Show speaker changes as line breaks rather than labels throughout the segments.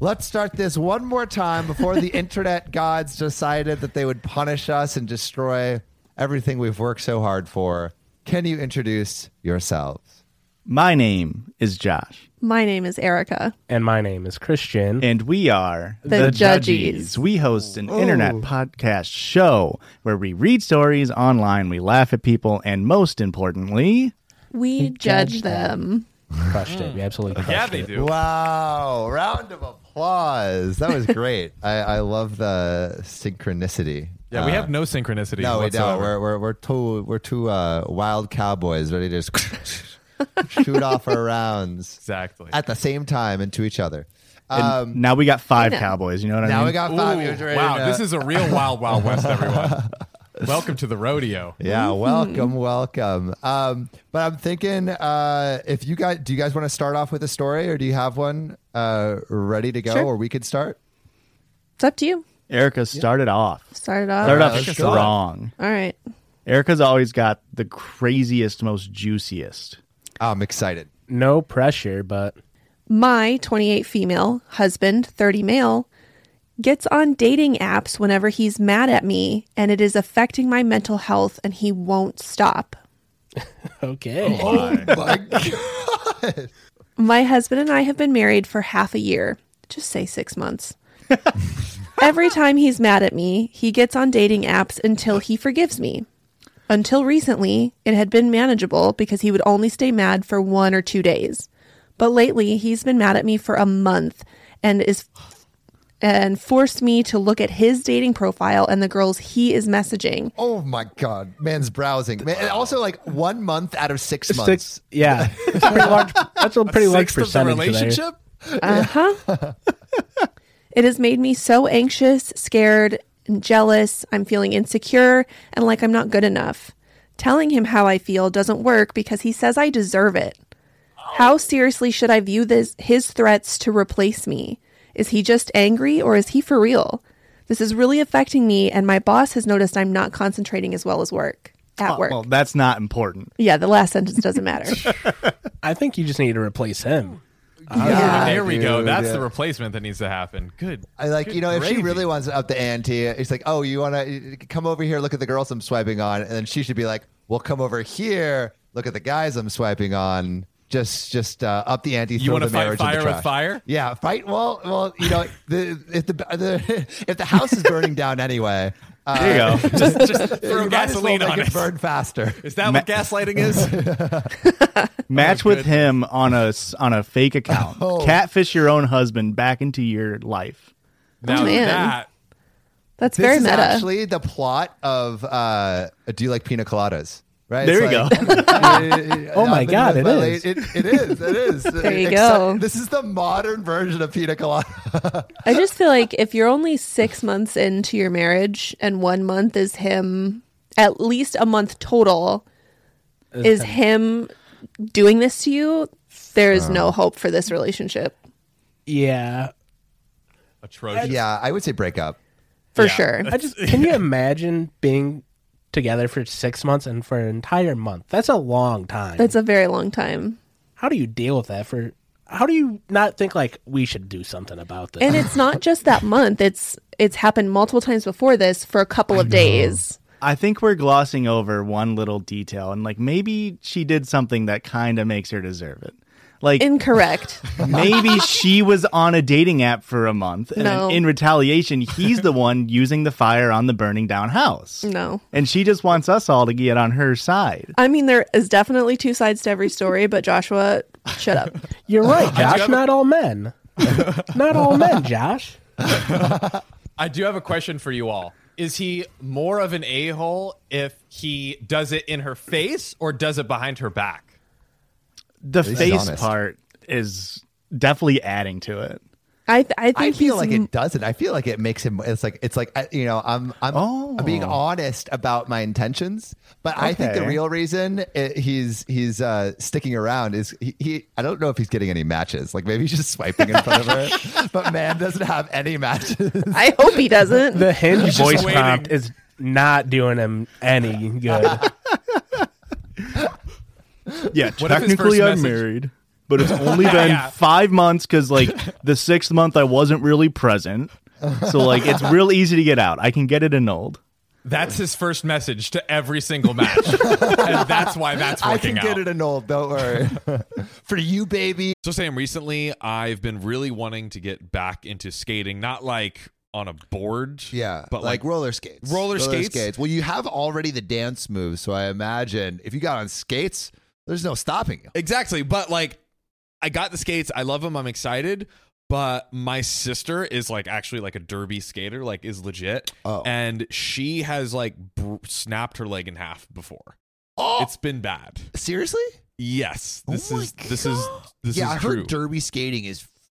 Let's start this one more time before the internet gods decided that they would punish us and destroy everything we've worked so hard for. Can you introduce yourselves?
My name is Josh,
My name is Erica.
And my name is Christian.
and we are
The Judgies.
We host an internet podcast show where we read stories online, we laugh at people, and most importantly,
We judge them.
crushed it. We
Mm.
absolutely crushed
Yeah, they
it.
do.
Wow. Round of applause. That was great. I, I love the synchronicity.
Yeah, we
Uh,
have no synchronicity.
No, we
whatsoever.
don't. We're, we're, we're two, we're two uh, wild cowboys ready to just shoot off our rounds
exactly.
at the same time into each other.
and
Um,
now we got five
I know.
cowboys. You know what I
now
mean?
we got
Ooh,
five. years ready
wow,
to-
this is a real wild, wild west, everyone. Welcome to the rodeo.
Yeah, welcome, welcome. Um, but I'm thinking, uh, if you guys, do you guys want to start off with a story, or do you have one uh, ready to go,
Sure.
or we could start?
It's up to you.
Erica started off.
Start it off.
Started
Uh,
off
let's go.
strong.
All right.
Erica's always got the craziest, most juiciest.
I'm excited.
No pressure, but
My 28 female husband, 30 male, gets on dating apps whenever he's mad at me and it is affecting my mental health and he won't stop.
okay.
Oh
My husband and I have been married for half a year, just say six months. Every time he's mad at me, he gets on dating apps until he forgives me. Until recently, it had been manageable because he would only stay mad for one or two days. But lately, he's been mad at me for a month and is and forced me to look at his dating profile and the girls he is messaging.
Oh my god, man's browsing. Man, and also, like one month out of six, months.
Six, yeah. It's a pretty large, that's a pretty large
Sixth of the
percentage. there.
relationship.
It has made me so anxious, scared, and jealous. I'm feeling insecure and like I'm not good enough. Telling him how I feel doesn't work because he says I deserve it. How seriously should I view this his threats to replace me? Is he just angry or is he for real? This is really affecting me and my boss has noticed I'm not concentrating as well as work
Oh,
at work.
Well, that's not important.
yeah, the last sentence doesn't matter.
I think you just need to replace him.
Yeah,
there we go.
dude,
That's
yeah.
the replacement that needs to happen. Good.
I like
good
you know if she
gravy.
really wants to up the ante, it's like, oh, you want to come over here, look at the girls I'm swiping on, and then she should be like, well, come over here, look at the guys I'm swiping on. Just, just uh, up the ante.
You
throw
wanna
the
fight
marriage in the
fire with
trash.
fire?
Yeah, fight. Well, well, you know, the, if the, the if the house is burning down anyway, uh,
There you go.
just, just
you might as
throw
well
gasoline
make
on
it
it.
burn faster.
Is that what gaslighting is?
Match
Oh,
with
good.
him on a s- on a fake account.
Oh.
Catfish your own husband back into your life.
now
man.
that
That's
This
very
is
meta.
actually the plot of uh, Do You Like Pina Coladas? Right.
There you
go.
Oh my God, it is.
It, it is. It is. there
you go.
This is the modern version of Pina Colada.
I just feel like if you're only six months into your marriage and one month is him, at least a month total, is him doing this to you, there is no hope for this relationship
Yeah.
atrocious.
yeah, I would say break up.
for
Yeah.
sure.
I just can you imagine being together for six months and for an entire month? That's a long time.
That's a very long time.
how do you deal with that? For how do you not think like we should do something about this?
And it's not just that month. It's it's happened multiple times before this for a couple of days.
I think we're glossing over one little detail and like maybe she did something that kind of makes her deserve it. Like
Incorrect.
maybe she was on a dating app for a month and
No.
in retaliation he's the one using the fire on the burning down house.
No.
And she just wants us all to get on her side.
I mean, there is definitely two sides to every story, but Joshua, shut up.
You're right, Josh. Not all men. not all men, Josh.
I do have a question for you all. Is he more of an a hole if he does it in her face or does it behind her back?
The
least he's
face
honest.
part is definitely adding to it.
I th- I think
I feel
he's
like
m-
it doesn't. I feel like it makes him. It's like it's like I- you know. I'm I'm,
Oh.
I'm being honest about my intentions, but I think the
Okay.
real reason it, he's he's uh, sticking around is he, he. I don't know if he's getting any matches. Like maybe he's just swiping in front of her, but man doesn't have any matches.
I hope he doesn't.
The hinge
just
voice
waiting.
prompt is not doing him any good.
Yeah,
What if his
technically
first
I'm
message-
married, but it's only been five months because like the sixth month I wasn't really present. So like it's real easy to get out. I can get it annulled.
That's his first message to every single match, and that's why that's
I
working
can get
out.
it annulled. Don't worry. For you, baby.
So Sam, recently I've been really wanting to get back into skating, not like on a board,
Yeah,
but
like,
like,
roller skates.
Roller skates?
Well, you have already the dance moves, so I imagine if you got on skates, there's no stopping you.
exactly. But like, I got the skates. I love them. I'm excited. But my sister is like actually like a derby skater, like is legit,
Oh.
and she has like br- snapped her leg in half before.
Oh,
It's been bad.
seriously?
Yes,
Oh
this
my
is this is
God.
this
yeah,
is
I
true.
heard derby skating is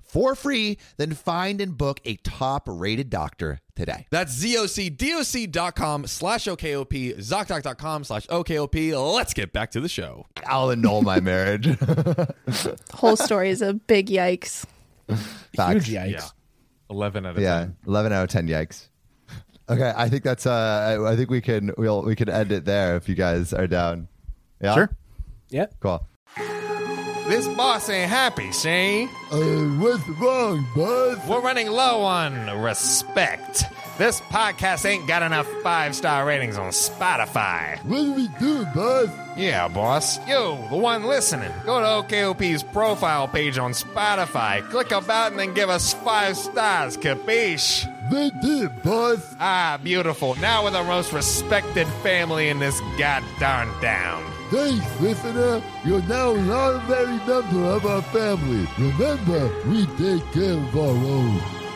for free. Then find and book a top rated doctor today.
That's zocdoc.com slash OKOP, ZocDoc.com slash OKOP. Let's get back to the show.
I'll annul my marriage.
Whole story is a big yikes.
Facts.
Huge yikes.
11 out of
Yeah, eleven out of ten. Yikes. Okay, I think that's. Uh, I- I think we can. We'll we can end it there if you guys are down. Yeah.
Sure.
Yeah.
Cool.
This boss ain't happy, see?
what's wrong, bud?
We're running low on respect. This podcast ain't got enough five star ratings on Spotify.
What do we do, bud?
Yeah, boss. You, the one listening, go to OKOP's profile page on Spotify, click about, and then give us five stars, capiche?
They did, bud.
Ah, beautiful. Now we're the most respected family in this goddamn town.
Thanks, listener. You're now an honorary member of our family. Remember, we take care of our own.